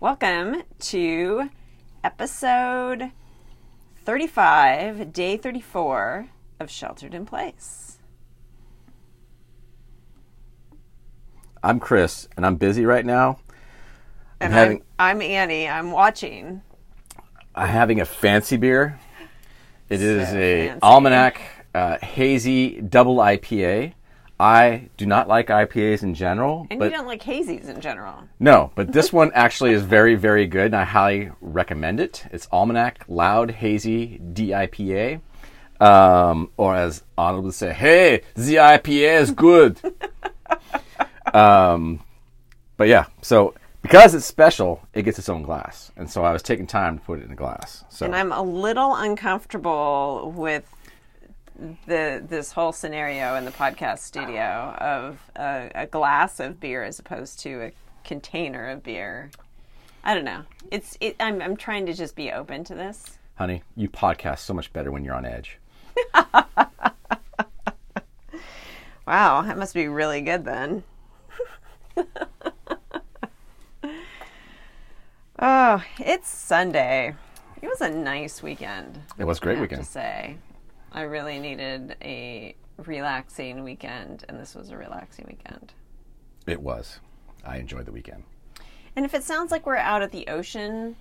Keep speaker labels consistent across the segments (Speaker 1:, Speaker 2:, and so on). Speaker 1: Welcome to episode 35, day 34 of Sheltered in Place.
Speaker 2: I'm Chris, and I'm busy right now. I'm
Speaker 1: And
Speaker 2: having
Speaker 1: I'm, I'm Annie. I'm watching.
Speaker 2: I'm uh, having a fancy beer. It is
Speaker 1: So
Speaker 2: a
Speaker 1: fancy.
Speaker 2: almanac uh, hazy double IPA. I do not like IPAs in general,
Speaker 1: And
Speaker 2: but
Speaker 1: you don't like hazies in general.
Speaker 2: no, but this one actually is very, very good, and I highly recommend it. It's Almanac Loud Hazy DIPA, um, or as Arnold would say, "Hey, the IPA is good." um, but yeah, so because it's special, it gets its own glass, and so I was taking time to put it in a glass. So
Speaker 1: And I'm a little uncomfortable with the this whole scenario in the podcast studio of a, a glass of beer as opposed to a container of beer. I don't know. It's it, I'm I'm trying to just be open to this.
Speaker 2: honey, you podcast so much better when you're on edge.
Speaker 1: Wow, that must be really good then. oh, it's Sunday. It was a nice weekend.
Speaker 2: It was a great
Speaker 1: I have
Speaker 2: weekend.
Speaker 1: to say, I really needed a relaxing weekend, and this was a relaxing weekend.
Speaker 2: It was. I enjoyed the weekend.
Speaker 1: And if it sounds like we're out at the ocean,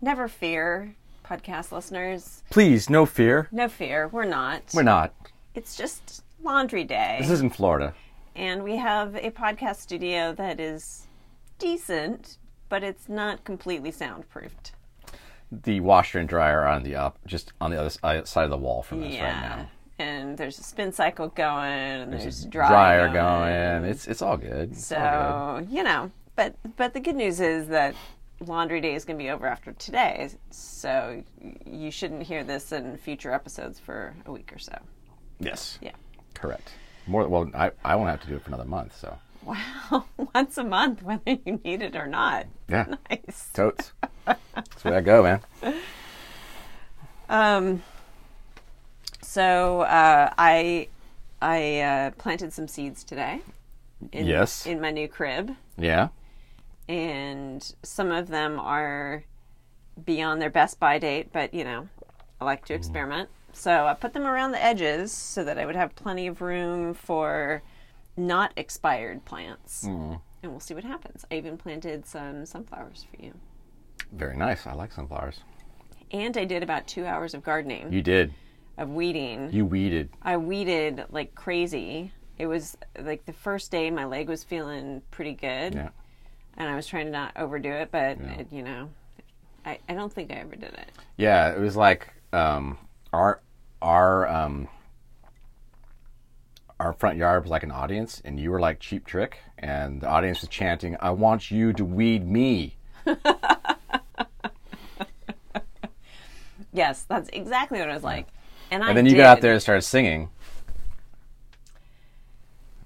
Speaker 1: never fear, podcast listeners.
Speaker 2: Please, no fear.
Speaker 1: No fear, we're not.
Speaker 2: We're not.
Speaker 1: It's just laundry day,
Speaker 2: This isn't Florida.
Speaker 1: and we have a podcast studio that is decent, but it's not completely soundproofed.
Speaker 2: the washer and dryer are on the up, just on the other si- side of the wall from us right
Speaker 1: yeah.
Speaker 2: now.
Speaker 1: And there's a spin cycle going, and there's, a
Speaker 2: Dryer going. It's it's all good. It's all
Speaker 1: So you know, but but the good news is that laundry day is going to be over after today, so you shouldn't hear this in future episodes for a week or so.
Speaker 2: good. yes,
Speaker 1: Yeah,
Speaker 2: correct. More well, I I won't have to do it for another month. So
Speaker 1: wow, once a month, whether you need it or not.
Speaker 2: yeah,
Speaker 1: Nice.
Speaker 2: totes. That's where I go, man.
Speaker 1: Um, so uh, I I uh, planted some seeds today. In,
Speaker 2: Yes.
Speaker 1: in my new crib.
Speaker 2: Yeah,
Speaker 1: and some of them are beyond their best by date, but you know, I like
Speaker 2: Mm.
Speaker 1: to experiment. So I put them around the edges so that I would have plenty of room for not expired plants.
Speaker 2: Mm.
Speaker 1: And we'll see what happens. I even planted some sunflowers for you.
Speaker 2: very nice. I like sunflowers.
Speaker 1: And I did about two hours of gardening,
Speaker 2: You did.
Speaker 1: of weeding.
Speaker 2: You weeded.
Speaker 1: I weeded like crazy. It was like the first day my leg was feeling pretty good.
Speaker 2: Yeah.
Speaker 1: and I was trying to not overdo it, but it, you know, I, I don't think I ever did it.
Speaker 2: Yeah, it was like um, our our um, our front yard was like an audience, and you were like Cheap Trick, and the audience was chanting, "I want you to weed me."
Speaker 1: Yes, that's exactly what I was like. And, I
Speaker 2: And then you
Speaker 1: did.
Speaker 2: got out there and started singing.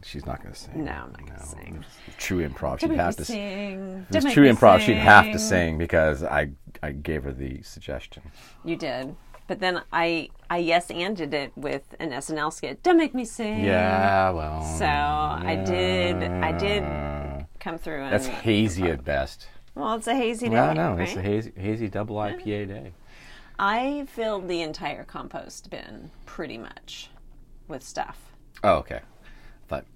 Speaker 2: She's not going to sing.
Speaker 1: No, I'm not gonna sing.
Speaker 2: True improv. She'd
Speaker 1: Don't
Speaker 2: have
Speaker 1: make
Speaker 2: to.
Speaker 1: me
Speaker 2: Sing.
Speaker 1: sing.
Speaker 2: It
Speaker 1: Don't
Speaker 2: was
Speaker 1: make
Speaker 2: true
Speaker 1: me
Speaker 2: improv. She'd have to
Speaker 1: sing.
Speaker 2: sing because I I gave her the suggestion.
Speaker 1: You did, but then I I yes anded it with an SNL skit. Don't make me sing.
Speaker 2: Yeah, well.
Speaker 1: So I did. Um, I did come through. And,
Speaker 2: That's hazy at best.
Speaker 1: Well, it's a hazy day.
Speaker 2: Yeah, I know.
Speaker 1: Right?
Speaker 2: It's a hazy, hazy double IPA day.
Speaker 1: I filled the entire compost bin pretty much with stuff.
Speaker 2: Oh, okay. But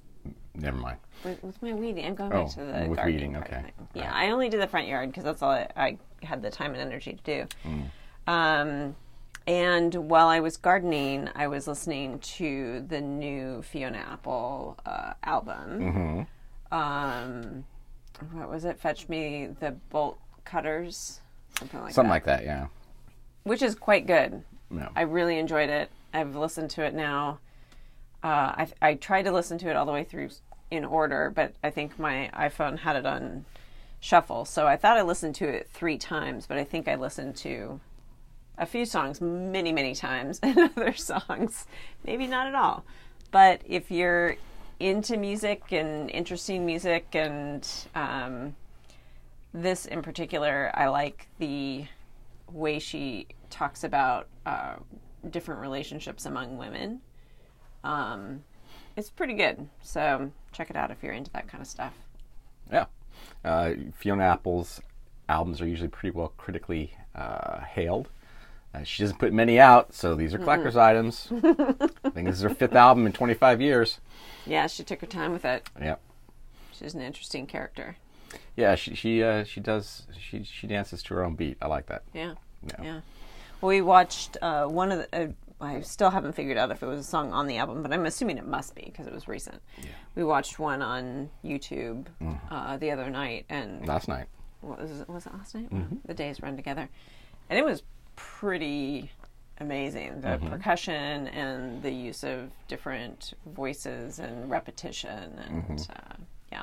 Speaker 2: never mind.
Speaker 1: With, with my weeding, I'm going
Speaker 2: Oh,
Speaker 1: back to the
Speaker 2: with
Speaker 1: gardening
Speaker 2: weeding,
Speaker 1: part of
Speaker 2: okay.
Speaker 1: it. Yeah, I only did the front yard because that's all I, I had the time and energy to do.
Speaker 2: Mm.
Speaker 1: Um, and while I was gardening, I was listening to the new Fiona Apple uh, album.
Speaker 2: Mm-hmm.
Speaker 1: Um, what was it? Fetch me the bolt cutters, something like
Speaker 2: Something
Speaker 1: that,
Speaker 2: like that. Yeah.
Speaker 1: which is quite good.
Speaker 2: No.
Speaker 1: I really enjoyed it. I've listened to it now. Uh, I, I tried to listen to it all the way through in order, but I think my iPhone had it on shuffle. So I thought I listened to it three times, but I think I listened to a few songs many, many times and other songs maybe not at all. But if you're into music and interesting music and um, this in particular, I like the way she talks about uh, different relationships among women. Um, it's pretty good. So check it out if you're into that kind of stuff.
Speaker 2: Yeah. Uh, Fiona Apple's albums are usually pretty well critically uh, hailed. Uh, she doesn't put many out, so these are collector's items. I think this is her fifth album in 25 years.
Speaker 1: Yeah, she took her time with it.
Speaker 2: Yep.
Speaker 1: She's an interesting character.
Speaker 2: Yeah, she she uh, she does she she dances to her own beat. I like that.
Speaker 1: Yeah.
Speaker 2: Yeah.
Speaker 1: Yeah. We watched uh, one of the. Uh, I still haven't figured out if it was a song on the album, but I'm assuming it must be because it was recent. We watched one on YouTube uh, the other night, and
Speaker 2: Last night.
Speaker 1: what was it, was it last night? Wow, The days run together, and it was pretty amazing. The percussion and the use of different voices and repetition, and uh, yeah,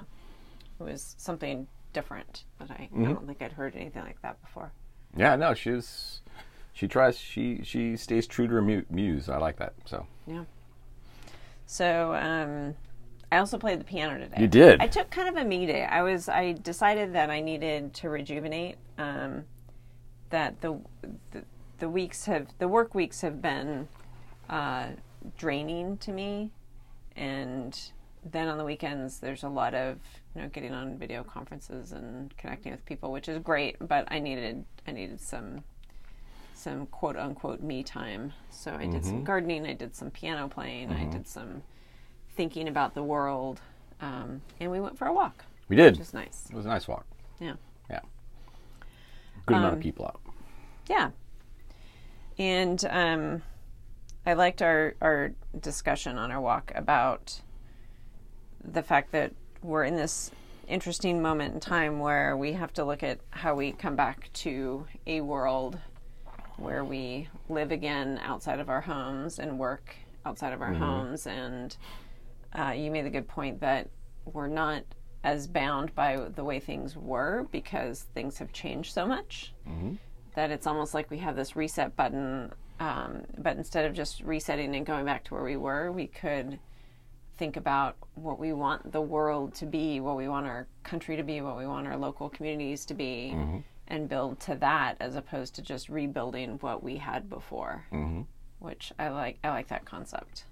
Speaker 1: it was something different that I, I don't think I'd heard anything like that before.
Speaker 2: Yeah, no, she was. She tries. She she stays true to her mu- muse. I like that. So
Speaker 1: Yeah. So um, I also played the piano today.
Speaker 2: You did?
Speaker 1: I took kind of a me day. I was I decided that I needed to rejuvenate. Um, that the, the the weeks have the work weeks have been uh, draining to me, and then on the weekends there's a lot of you know getting on video conferences and connecting with people, which is great. But I needed I needed some some quote unquote me time. So I did some gardening, I did some piano playing, I did some thinking about the world, um, and we went for a walk,
Speaker 2: we did.
Speaker 1: which is nice.
Speaker 2: It was a nice walk.
Speaker 1: Yeah.
Speaker 2: Yeah. Good amount of people out.
Speaker 1: Yeah. And um, I liked our, our discussion on our walk about the fact that we're in this interesting moment in time where we have to look at how we come back to a world where we live again outside of our homes and work outside of our homes. And uh, you made a good point that we're not as bound by the way things were because things have changed so much that it's almost like we have this reset button. Um, but instead of just resetting and going back to where we were, we could think about what we want the world to be, what we want our country to be, what we want our local communities to be, and build to that as opposed to just rebuilding what we had before. Mm-hmm. Which I like. I like that concept.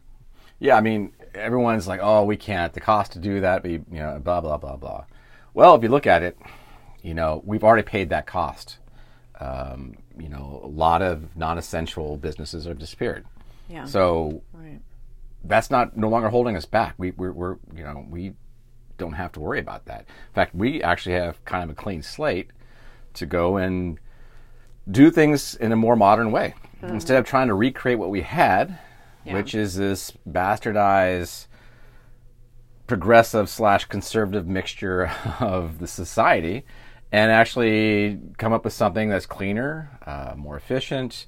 Speaker 2: Yeah, I mean, everyone's like, "Oh, we can't. The cost to do that, but you know, blah blah blah blah." Well, if you look at it, you know, we've already paid that cost. Um, you know, a lot of non-essential businesses have disappeared. Uh-huh.
Speaker 1: Yeah.
Speaker 2: So
Speaker 1: right.
Speaker 2: that's not no longer holding us back. We we're, we're you know we don't have to worry about that. In fact, we actually have kind of a clean slate to go and do things in a more modern way instead of trying to recreate what we had,
Speaker 1: Yeah.
Speaker 2: which is this bastardized progressive slash conservative mixture of the society and actually come up with something that's cleaner, uh, more efficient,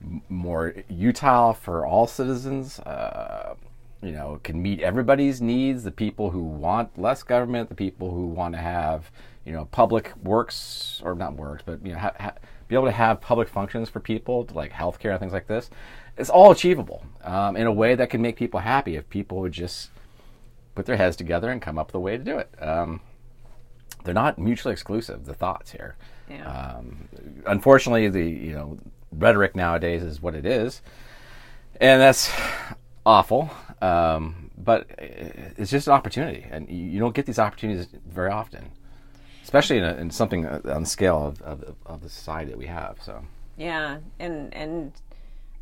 Speaker 2: m- more utile for all citizens. Uh, you know, can meet everybody's needs. The people who want less government, the people who want to have you know public works or not works, but you know ha- ha- be able to have public functions for people like healthcare and things like this. It's all achievable um, in a way that can make people happy if people would just put their heads together and come up with a way to do it. Um, they're not mutually exclusive. The thoughts here,
Speaker 1: Yeah.
Speaker 2: um, unfortunately, the you know rhetoric nowadays is what it is, and that's awful. Um, but it's just an opportunity, and you you don't get these opportunities very often, especially in, a, in something on the scale of, of, of the society that we have. So
Speaker 1: Yeah, and and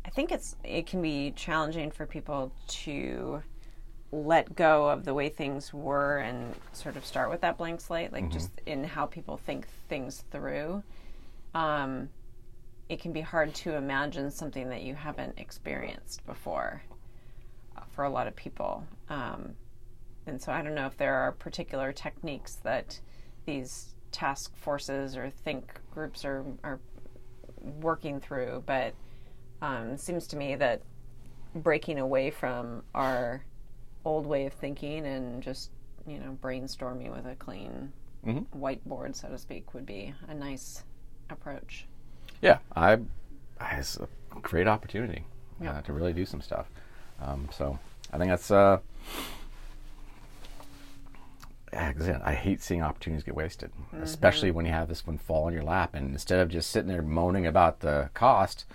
Speaker 1: I think it's it can be challenging for people to let go of the way things were and sort of start with that blank slate, like just in how people think things through. Um, it can be hard to imagine something that you haven't experienced before uh, for a lot of people. Um, and so I don't know if there are particular techniques that these task forces or think groups are, are working through, but um, it seems to me that breaking away from our old way of thinking and just you know brainstorming with a clean
Speaker 2: Mm-hmm.
Speaker 1: whiteboard, so to speak, would be a nice approach.
Speaker 2: yeah, I it's a great opportunity uh, to really do some stuff. Um, so I think that's. Uh, again, I hate seeing opportunities get wasted, especially when you have this one fall in your lap. And instead of just sitting there moaning about the cost,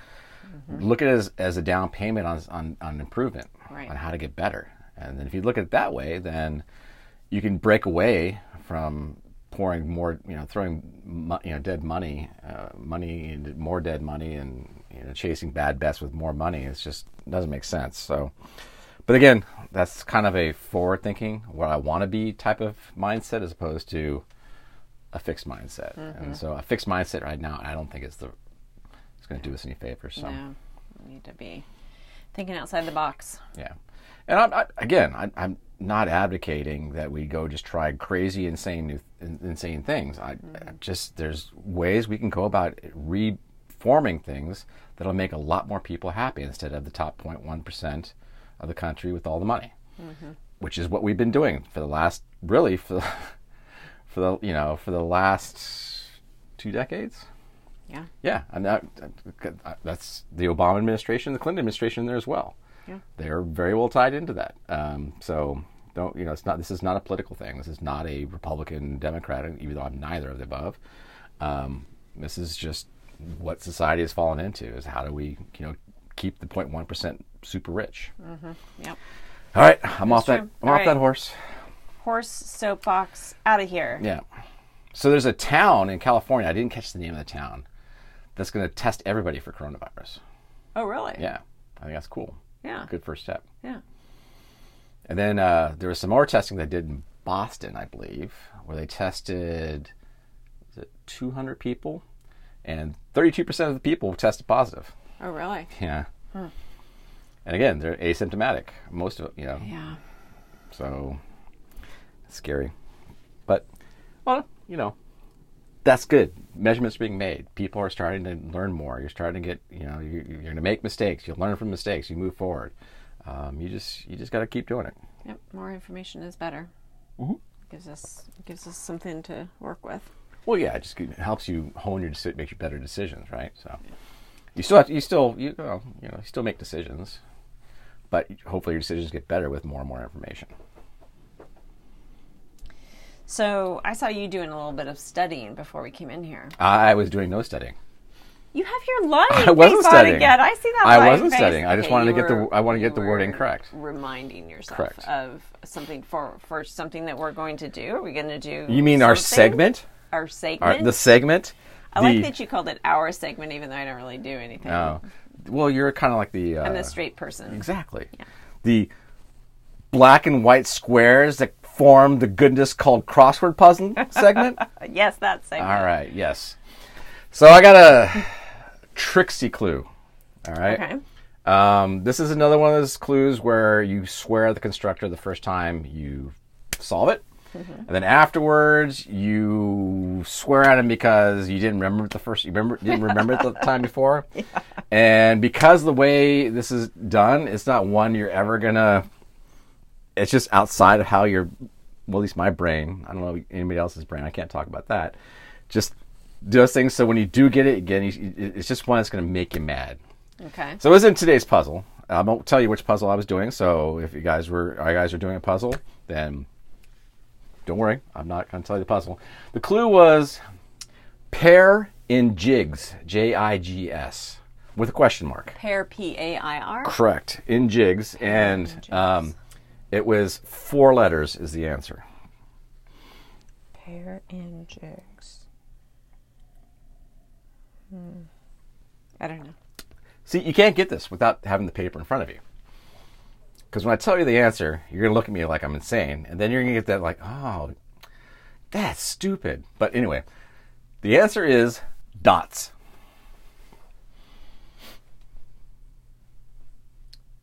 Speaker 2: look at it as, as a down payment on, on, on improvement,
Speaker 1: Right.
Speaker 2: on how to get better. And then if you look at it that way, then you can break away from pouring more, you know, throwing mo- you know dead money, uh, money into more dead money, and you know chasing bad bets with more money. It's just it doesn't make sense. So, but again, that's kind of a forward thinking, what I want to be type of mindset, as opposed to a fixed mindset. And so, a fixed mindset right now, I don't think is the it's going to do us any favors. So.
Speaker 1: Yeah, we need to be thinking outside the box.
Speaker 2: Yeah, and I'm I, again, I, I'm not advocating that we go just try crazy, insane, new, in- insane things. I, I just there's ways we can go about reforming things that'll make a lot more people happy instead of the top 0.1 percent of the country with all the money, which is what we've been doing for the last really for the, for the you know for the last two decades.
Speaker 1: Yeah.
Speaker 2: Yeah, and that, that- that's the Obama administration, the Clinton administration there as well.
Speaker 1: Yeah.
Speaker 2: They're very well tied into that. Um, so don't you know? It's not. This is not a political thing. This is not a Republican Democrat. Even though I'm neither of the above, um, this is just what society has fallen into. Is how do we you know keep the 0.1 percent super rich?
Speaker 1: Yep.
Speaker 2: All right, I'm off that.
Speaker 1: Mm. true.
Speaker 2: I'm
Speaker 1: All
Speaker 2: off that
Speaker 1: right.
Speaker 2: horse.
Speaker 1: Horse soapbox out of here.
Speaker 2: Yeah. So there's a town in California. I didn't catch the name of the town. That's going to test everybody for coronavirus.
Speaker 1: Oh, really?
Speaker 2: Yeah, I think that's cool.
Speaker 1: Yeah.
Speaker 2: Good first step.
Speaker 1: Yeah.
Speaker 2: And then uh, there was some more testing they did in Boston, I believe, where they tested is it 200 people, and 32% of the people tested positive.
Speaker 1: Oh, really?
Speaker 2: Yeah. And again, they're asymptomatic. Most of you know,
Speaker 1: Yeah.
Speaker 2: so it's scary. But well, you know, that's good. Measurements are being made. People are starting to learn more. You're starting to get, you know, you're, you're going to make mistakes. You learn from mistakes. You move forward. Um, you just you just got to keep doing it.
Speaker 1: Yep. More information is better. Mm-hmm. Gives us gives us something to work with.
Speaker 2: Well, yeah, it just it helps you hone your decision, makes you better decisions, right? So you still have to, you still you know, you know you still make decisions, but hopefully your decisions get better with more and more information.
Speaker 1: So I saw you doing a little bit of studying before we came in here.
Speaker 2: I was doing no studying.
Speaker 1: You have your lying
Speaker 2: I wasn't
Speaker 1: face on
Speaker 2: studying.
Speaker 1: again. I see that.
Speaker 2: I
Speaker 1: lying
Speaker 2: wasn't
Speaker 1: face.
Speaker 2: studying. I just wanted to
Speaker 1: you
Speaker 2: get the- I wanted to
Speaker 1: you
Speaker 2: get the word
Speaker 1: were
Speaker 2: incorrect.
Speaker 1: Reminding yourself
Speaker 2: Correct.
Speaker 1: of something for for something that we're going to do. Are we going to do?
Speaker 2: You mean our
Speaker 1: something?
Speaker 2: segment?
Speaker 1: Our segment.
Speaker 2: Our, the segment?
Speaker 1: I like that you called it our segment, even though I don't really do anything.
Speaker 2: Oh. well, you're kind of like the. Uh,
Speaker 1: I'm a straight person.
Speaker 2: Exactly. The black and white squares that form the goodness called crossword puzzle segment.
Speaker 1: Yes, that segment.
Speaker 2: All right. Yes. So I got a tricksy clue. All right.
Speaker 1: Okay.
Speaker 2: Um, this is another one of those clues where you swear at the constructor the first time you solve it. And then afterwards, you swear at him because you didn't remember it the first. You remember didn't remember it the time before, and because the way this is done, it's not one you're ever gonna. It's just outside of how your, well, at least my brain. I don't know anybody else's brain. I can't talk about that. Just do those things so when you do get it again, you, it's just one that's gonna make you mad.
Speaker 1: Okay.
Speaker 2: So it was in today's puzzle. I won't tell you which puzzle I was doing. So if you guys were, you guys are doing a puzzle, then don't worry. I'm not going to tell you the puzzle. The clue was pair in jigs, J I G S, with a question mark.
Speaker 1: Pair P A I R.
Speaker 2: Correct in jigs,
Speaker 1: in
Speaker 2: and
Speaker 1: jigs.
Speaker 2: um, it was four letters is the answer.
Speaker 1: Pair in jigs. Hmm. I don't know.
Speaker 2: See, you can't get this without having the paper in front of you. Because when I tell you the answer, you're going to look at me like I'm insane. And then you're going to get that, like, oh, that's stupid. But anyway, the answer is dots.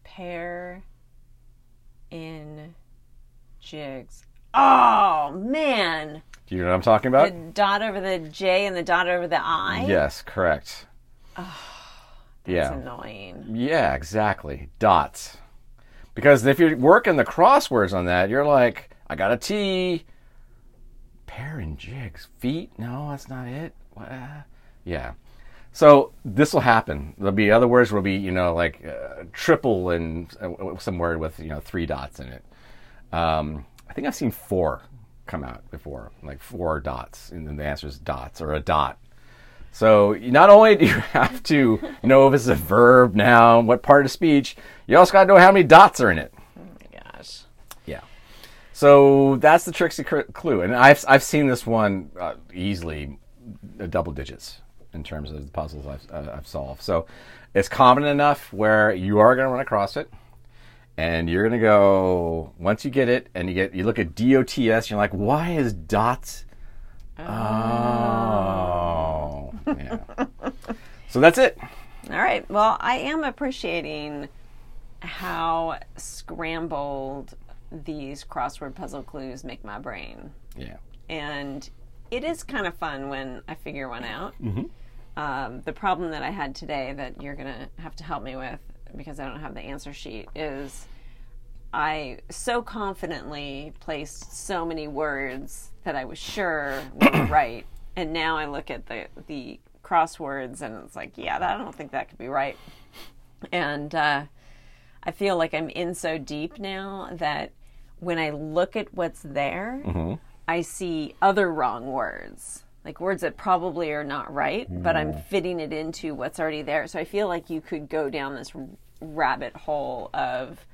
Speaker 1: Pair in jigs. Oh man!
Speaker 2: Do you know what I'm talking about?
Speaker 1: The dot over the J and the dot over the I.
Speaker 2: yes, correct.
Speaker 1: That's
Speaker 2: yeah.
Speaker 1: annoying.
Speaker 2: Yeah, exactly. Dots. Because if you're working the crosswords on that, you're like, I got a T. Pair and jigs. Feet? No, that's not it. What? Yeah. So this will happen. There'll be other words will be, you know, like uh, triple and uh, some word with, you know, three dots in it. Um, I think I've seen four come out before, like four dots, and then the answer is dots or a dot. So you- not only do you have to know if it's a verb, noun, what part of speech, you also got to know how many dots are in it.
Speaker 1: Oh my gosh.
Speaker 2: Yeah. So that's the Trixie cr- Clue, and I've I've seen this one uh, easily uh, double digits in terms of the puzzles I've uh, I've solved. So it's common enough where you are going to run across it, and you're going to go once you get it, and you get you look at DOTS, and you're like, why is dots? Oh, yeah. so that's it.
Speaker 1: All right. Well, I am appreciating how scrambled these crossword puzzle clues make my brain.
Speaker 2: Yeah.
Speaker 1: and it is kind of fun when I figure one out. Um, the problem that I had today that you're gonna have to help me with because I don't have the answer sheet is I so confidently placed so many words that I was sure were right, and now I look at the the crosswords and it's like, yeah, that, I don't think that could be right, and. Uh, I feel like I'm in so deep now that when I look at what's there,
Speaker 2: Mm-hmm.
Speaker 1: I see other wrong words, like words that probably are not right, but I'm
Speaker 2: Mm.
Speaker 1: fitting it into what's already there. So I feel like you could go down this r- rabbit hole of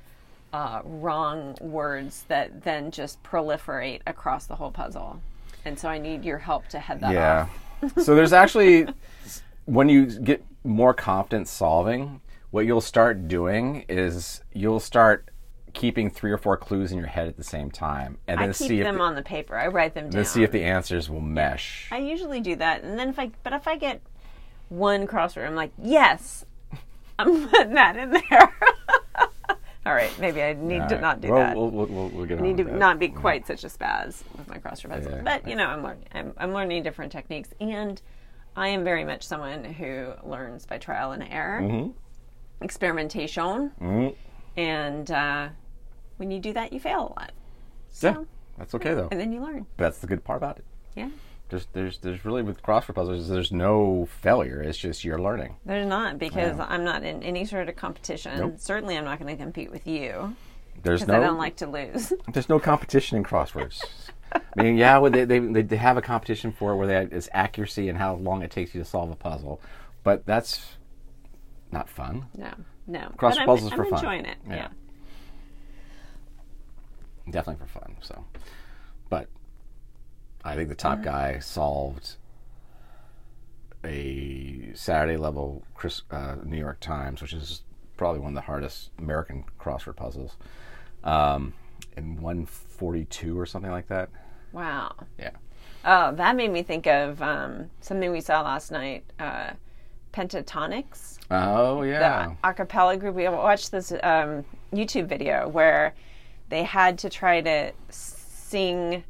Speaker 1: uh, wrong words that then just proliferate across the whole puzzle. And so I need your help to head that
Speaker 2: Yeah.
Speaker 1: off.
Speaker 2: so there's actually when you get more confident solving, what you'll start doing is you'll start keeping three or four clues in your head at the same time, and then
Speaker 1: I
Speaker 2: see
Speaker 1: keep
Speaker 2: if
Speaker 1: them
Speaker 2: the,
Speaker 1: on the paper. I write them down.
Speaker 2: then see if the answers will mesh.
Speaker 1: I usually do that, and then if I but if I get one crossword, I'm like, yes, I'm putting that in there. All right, maybe I need
Speaker 2: All
Speaker 1: to
Speaker 2: right.
Speaker 1: not do
Speaker 2: We'll-
Speaker 1: that.
Speaker 2: We'll, we'll, we'll, we'll get on
Speaker 1: I need
Speaker 2: with
Speaker 1: to
Speaker 2: that.
Speaker 1: not be quite such a spaz with my crossword puzzles.
Speaker 2: Yeah.
Speaker 1: But you know, I'm learning. I'm, I'm learning different techniques, and I am very much someone who learns by trial and error,
Speaker 2: Mm-hmm.
Speaker 1: experimentation, and uh, when you do that, you fail a lot,
Speaker 2: Yeah, that's okay though.
Speaker 1: and then you learn.
Speaker 2: That's the good part about it.
Speaker 1: Yeah,
Speaker 2: There's, there's, there's really with crossword puzzles. There's no failure. It's just you're learning.
Speaker 1: There's not because I'm not in any sort of competition.
Speaker 2: Nope.
Speaker 1: Certainly, I'm not going to compete with you
Speaker 2: There's
Speaker 1: because
Speaker 2: no
Speaker 1: I don't like to lose.
Speaker 2: There's no competition in crosswords. I mean, yeah, well, they, they, they they have a competition for it where they, it's accuracy and how long it takes you to solve a puzzle, but that's not fun.
Speaker 1: No, no.
Speaker 2: Cross
Speaker 1: but I'm,
Speaker 2: puzzles
Speaker 1: I'm
Speaker 2: for fun.
Speaker 1: enjoying it.
Speaker 2: Yeah.
Speaker 1: Yeah.
Speaker 2: Definitely for fun. So, but I think the top guy solved a Saturday level Chris, uh, New York Times, which is probably one of the hardest American crossword puzzles, um, in 142 or something like that.
Speaker 1: Wow.
Speaker 2: Yeah.
Speaker 1: Oh, that made me think of um, something we saw last night. Uh, Pentatonics,
Speaker 2: Oh
Speaker 1: the
Speaker 2: yeah.
Speaker 1: a acapella group. We watched this um, YouTube video where they had to try to sing.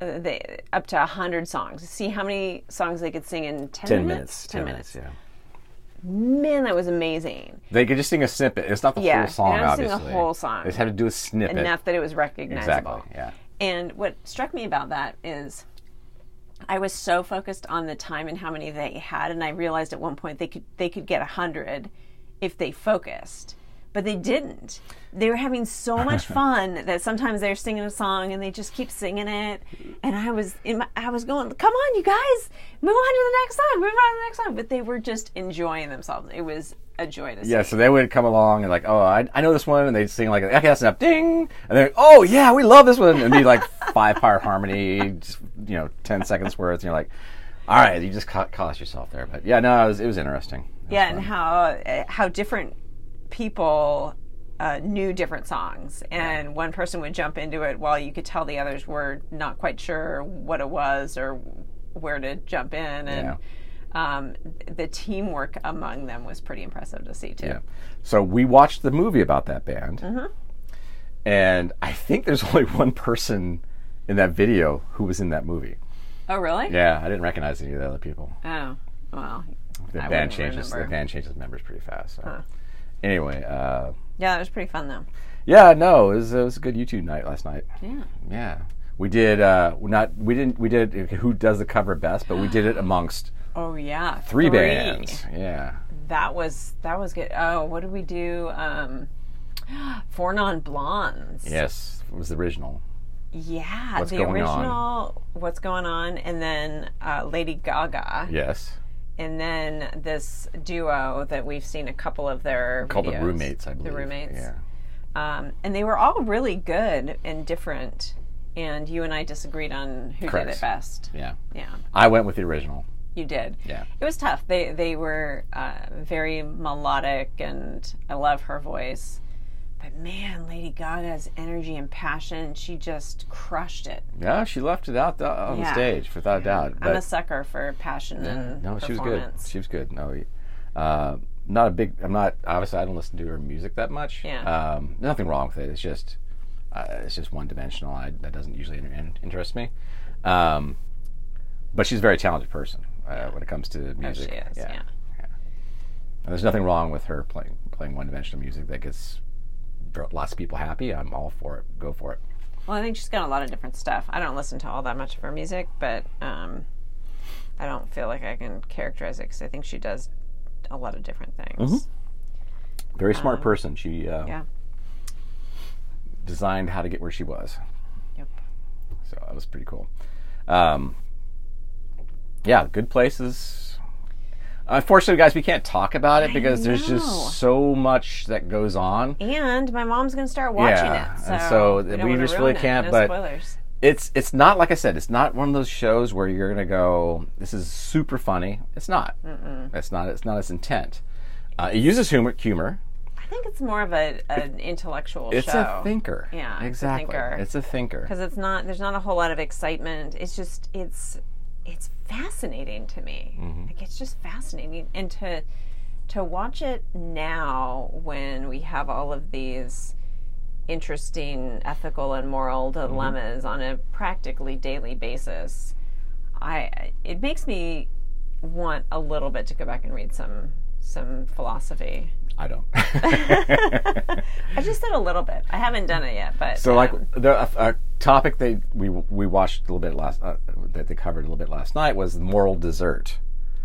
Speaker 1: uh, They, up to 100 songs. See how many songs they could sing in 10,
Speaker 2: 10 minutes.
Speaker 1: 10, minutes.
Speaker 2: Yeah.
Speaker 1: Man, that was amazing.
Speaker 2: They could just sing a snippet. It's not the
Speaker 1: Yeah,
Speaker 2: whole song,
Speaker 1: they don't sing
Speaker 2: obviously.
Speaker 1: the whole song.
Speaker 2: They just had to do a snippet.
Speaker 1: enough that it was recognizable.
Speaker 2: Exactly. Yeah.
Speaker 1: And what struck me about that is I was so focused on the time and how many they had and I realized at one point they could they could get 100 if they focused. But they didn't. They were having so much fun that sometimes they're singing a song and they just keep singing it. And I was in my, I was going, "Come on, you guys, move on to the next song, move on to the next song." But they were just enjoying themselves. It was a joy to see.
Speaker 2: Yeah. So they would come along and like, oh, I, I know this one, and they'd sing like, okay, that's enough, ding, and they're, oh yeah, we love this one, and be like five part harmony, just you know, ten seconds words, and you're like, all right, you just ca- cost yourself there, but yeah, no, it was, it was interesting. It
Speaker 1: yeah, and how uh, how different people uh, knew different songs, and one person would jump into it while you could tell the others were not quite sure what it was or where to jump in, and um, the teamwork among them was pretty impressive to see too.
Speaker 2: Yeah. So we watched the movie about that band,
Speaker 1: Mm-hmm.
Speaker 2: and I think there's only one person in that video who was in that movie.
Speaker 1: Oh, really?
Speaker 2: Yeah, I didn't recognize any of the other people.
Speaker 1: Oh, well,
Speaker 2: The
Speaker 1: I
Speaker 2: band
Speaker 1: wouldn't
Speaker 2: changes. The
Speaker 1: remember.
Speaker 2: band changes members pretty fast. So. Anyway, uh,
Speaker 1: yeah, that was pretty fun though.
Speaker 2: yeah, no, it was, it was a good YouTube night last night.
Speaker 1: Yeah.
Speaker 2: Yeah, we did uh, not. We didn't. We did who does the cover best, but we did it amongst
Speaker 1: Oh yeah.
Speaker 2: three, bands. Yeah,
Speaker 1: That was that was good. Oh, what did we do? Um, Four non blondes.
Speaker 2: yes, it was the original.
Speaker 1: Yeah,
Speaker 2: What's
Speaker 1: the
Speaker 2: Going On.
Speaker 1: original What's Going On, and then uh, Lady Gaga,
Speaker 2: Yes,
Speaker 1: and then this duo that we've seen a couple of their
Speaker 2: called the
Speaker 1: videos.
Speaker 2: roommates. I believe
Speaker 1: The roommates.
Speaker 2: Yeah,
Speaker 1: um, and they were all really good and different. And you and I disagreed on who
Speaker 2: Correct.
Speaker 1: did it best.
Speaker 2: Yeah.
Speaker 1: Yeah,
Speaker 2: I went with the original.
Speaker 1: you did.
Speaker 2: Yeah.
Speaker 1: It was tough. They they were uh, very melodic, and I love her voice. But man, Lady Gaga's energy and passion—she just crushed it.
Speaker 2: Yeah, she left it out the, on
Speaker 1: Yeah.
Speaker 2: the stage without a doubt.
Speaker 1: I'm a
Speaker 2: But
Speaker 1: sucker for passion and
Speaker 2: no, she was good.
Speaker 1: performance.
Speaker 2: She was good. No, uh, not a big. I'm not obviously. I don't listen to her music that much.
Speaker 1: Yeah.
Speaker 2: Um, nothing wrong with it. It's just, uh, it's just one dimensional. I, that doesn't usually in, in- interest me. Um, but she's a very talented person uh, when it comes to music.
Speaker 1: Oh, she is, yeah.
Speaker 2: And there's nothing wrong with her playing playing one dimensional music that gets lots of people happy. I'm all for it. Go for it.
Speaker 1: Well, I think she's got a lot of different stuff. I don't listen to all that much of her music, but um, I don't feel like I can characterize it because I think she does a lot of different things.
Speaker 2: Mm-hmm. Very smart person. She uh,
Speaker 1: Uh-huh. Yeah.
Speaker 2: designed how to get where she was.
Speaker 1: Yep.
Speaker 2: So that was pretty cool. Um, yeah, good places. Unfortunately, guys, we can't talk about it because there's
Speaker 1: know.
Speaker 2: just so much that goes on.
Speaker 1: And my mom's gonna start watching
Speaker 2: Yeah,
Speaker 1: it, so,
Speaker 2: and so
Speaker 1: I don't
Speaker 2: we
Speaker 1: wanna
Speaker 2: just really
Speaker 1: ruin it.
Speaker 2: can't,
Speaker 1: No
Speaker 2: but-
Speaker 1: spoilers.
Speaker 2: It's it's not like I said. It's not one of those shows where you're gonna go. This is super funny. It's not. It's not. It's not its intent. Uh, it uses humor. Humor.
Speaker 1: I think it's more of a an intellectual
Speaker 2: It's
Speaker 1: show.
Speaker 2: a thinker.
Speaker 1: Yeah, it's a
Speaker 2: exactly.
Speaker 1: thinker.
Speaker 2: It's a thinker.
Speaker 1: because it's not there's not a whole lot of excitement it's just it's it's fascinating to me
Speaker 2: Mm-hmm.
Speaker 1: like it's just fascinating and to to watch it now when we have all of these interesting ethical and moral
Speaker 2: Mm-hmm.
Speaker 1: dilemmas on a practically daily basis i it makes me want a little bit to go back and read some some philosophy
Speaker 2: I don't.
Speaker 1: i just said a little bit i haven't done it yet but
Speaker 2: So, like
Speaker 1: um,
Speaker 2: the, a, a topic they we we watched a little bit last uh, that they covered a little bit last night was moral desert,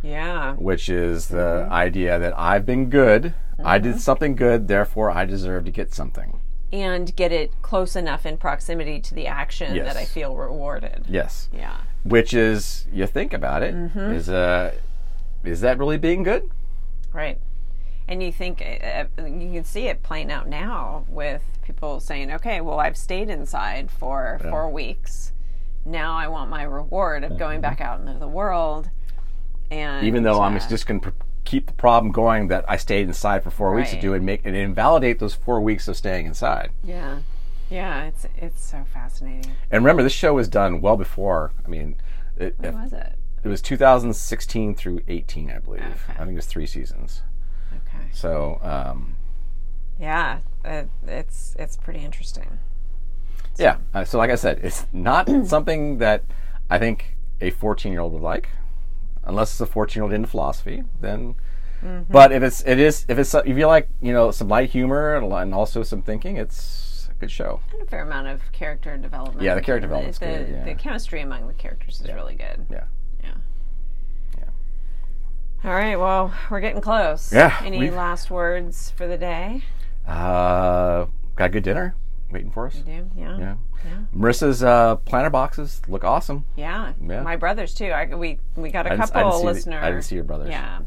Speaker 1: yeah
Speaker 2: which is the idea that I've been good, I did something good, therefore I deserve to get something.
Speaker 1: and get it close enough in proximity to the action
Speaker 2: Yes.
Speaker 1: that I feel rewarded.
Speaker 2: Yes,
Speaker 1: Yeah.
Speaker 2: which is you think about it is uh, is that really being good?
Speaker 1: Right. And you think uh, uh, you can see it playing out now with people saying, "Okay, well, I've stayed inside for four weeks. Now I want my reward of going back out into the world." And
Speaker 2: Mm-hmm. Even though I'm
Speaker 1: uh,
Speaker 2: just going to pr- keep the problem going that I stayed inside for four weeks to
Speaker 1: Right.
Speaker 2: do and make and invalidate those four weeks of staying inside.
Speaker 1: yeah, yeah, it's it's so fascinating.
Speaker 2: And remember, this show was done well before. I mean. It,
Speaker 1: What was it?
Speaker 2: It was 2016 through 18, I believe.
Speaker 1: Okay.
Speaker 2: I think it was three seasons.
Speaker 1: Okay.
Speaker 2: So, um,
Speaker 1: Yeah, it, it's it's pretty interesting.
Speaker 2: yeah. Uh, so, like I said, it's not something that I think a 14 year old would like, unless it's a 14 year old into philosophy. Then, but if it's it is if it's if you like you know some light humor and li- and also some thinking, it's a good show.
Speaker 1: And a fair amount of character development.
Speaker 2: Yeah, the character
Speaker 1: And
Speaker 2: development's
Speaker 1: the,
Speaker 2: good, yeah.
Speaker 1: The chemistry among the characters is really good.
Speaker 2: Yeah.
Speaker 1: Yeah.
Speaker 2: Yeah.
Speaker 1: All right. Well, we're getting close.
Speaker 2: Yeah,
Speaker 1: Any
Speaker 2: we've-
Speaker 1: last words for the day?
Speaker 2: Uh, got good dinner waiting for us.
Speaker 1: Yeah. Yeah.
Speaker 2: Yeah.
Speaker 1: Yeah.
Speaker 2: Marissa's uh, planner boxes look awesome.
Speaker 1: Yeah.
Speaker 2: Yeah.
Speaker 1: My brothers too. I, we we got a
Speaker 2: I didn't-
Speaker 1: couple
Speaker 2: I didn't see the-
Speaker 1: listener.
Speaker 2: I didn't see your brothers.
Speaker 1: Yeah.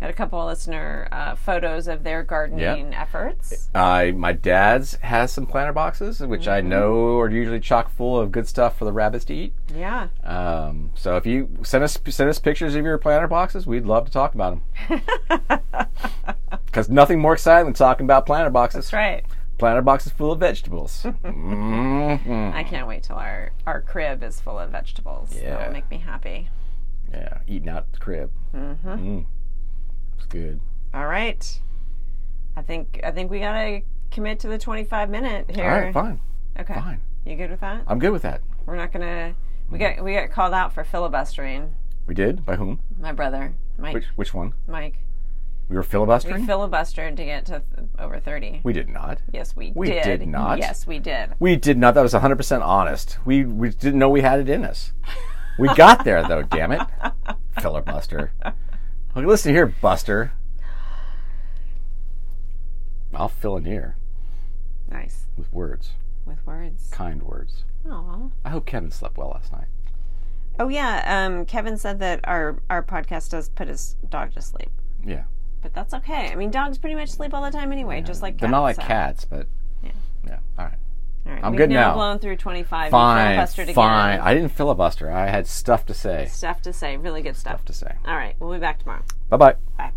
Speaker 1: Got a couple listener uh, photos of their gardening efforts.
Speaker 2: I my dad's has some planter boxes, which I
Speaker 1: Mm-hmm.
Speaker 2: know are usually chock full of good stuff for the rabbits to eat.
Speaker 1: Yeah.
Speaker 2: Um, so if you send us send us pictures of your planter boxes, we'd love to talk about them. Because nothing more exciting than talking about planter boxes.
Speaker 1: That's right.
Speaker 2: Planter boxes full of vegetables. Mhm.
Speaker 1: I can't wait till our our crib is full of vegetables.
Speaker 2: Yeah.
Speaker 1: That'll make me happy.
Speaker 2: Yeah, eating out at the crib.
Speaker 1: Mm-hmm.
Speaker 2: Mm. It's good.
Speaker 1: All right. I think I think we gotta commit to the twenty five minute here.
Speaker 2: All right, fine,
Speaker 1: okay.
Speaker 2: fine.
Speaker 1: You good with that?
Speaker 2: I'm good with that.
Speaker 1: We're not gonna we got we got called out for filibustering.
Speaker 2: We did by whom?
Speaker 1: My brother, Mike
Speaker 2: Which which one?
Speaker 1: Mike.
Speaker 2: We were
Speaker 1: We
Speaker 2: filibustering.
Speaker 1: filibustered to get to th- over thirty.
Speaker 2: we did not.
Speaker 1: yes, we,
Speaker 2: we
Speaker 1: did.
Speaker 2: did not.
Speaker 1: Yes, we did.
Speaker 2: We did not. That was 100% honest. We, we didn't know we had it in us. We got there, though, damn it. Filibuster. Okay, listen here, Buster. I'll fill an ear
Speaker 1: Nice.
Speaker 2: with words,
Speaker 1: With words.
Speaker 2: kind words.
Speaker 1: Aw.
Speaker 2: I hope Kevin slept well last night.
Speaker 1: Oh yeah. Um, Kevin said that our our podcast does put his dog to sleep.
Speaker 2: Yeah.
Speaker 1: But that's uh, okay. I mean dogs pretty much sleep all the time anyway, just like
Speaker 2: They're not
Speaker 1: cats,
Speaker 2: like
Speaker 1: so-
Speaker 2: cats, but
Speaker 1: right.
Speaker 2: I'm
Speaker 1: We've
Speaker 2: good
Speaker 1: now.
Speaker 2: now.
Speaker 1: blown through 25. you
Speaker 2: Fine,
Speaker 1: filibustered again.
Speaker 2: fine. I didn't filibuster. I had stuff to say.
Speaker 1: Stuff to say. Really good stuff.
Speaker 2: Stuff to say.
Speaker 1: All right. We'll be back tomorrow.
Speaker 2: Bye bye.
Speaker 1: Bye.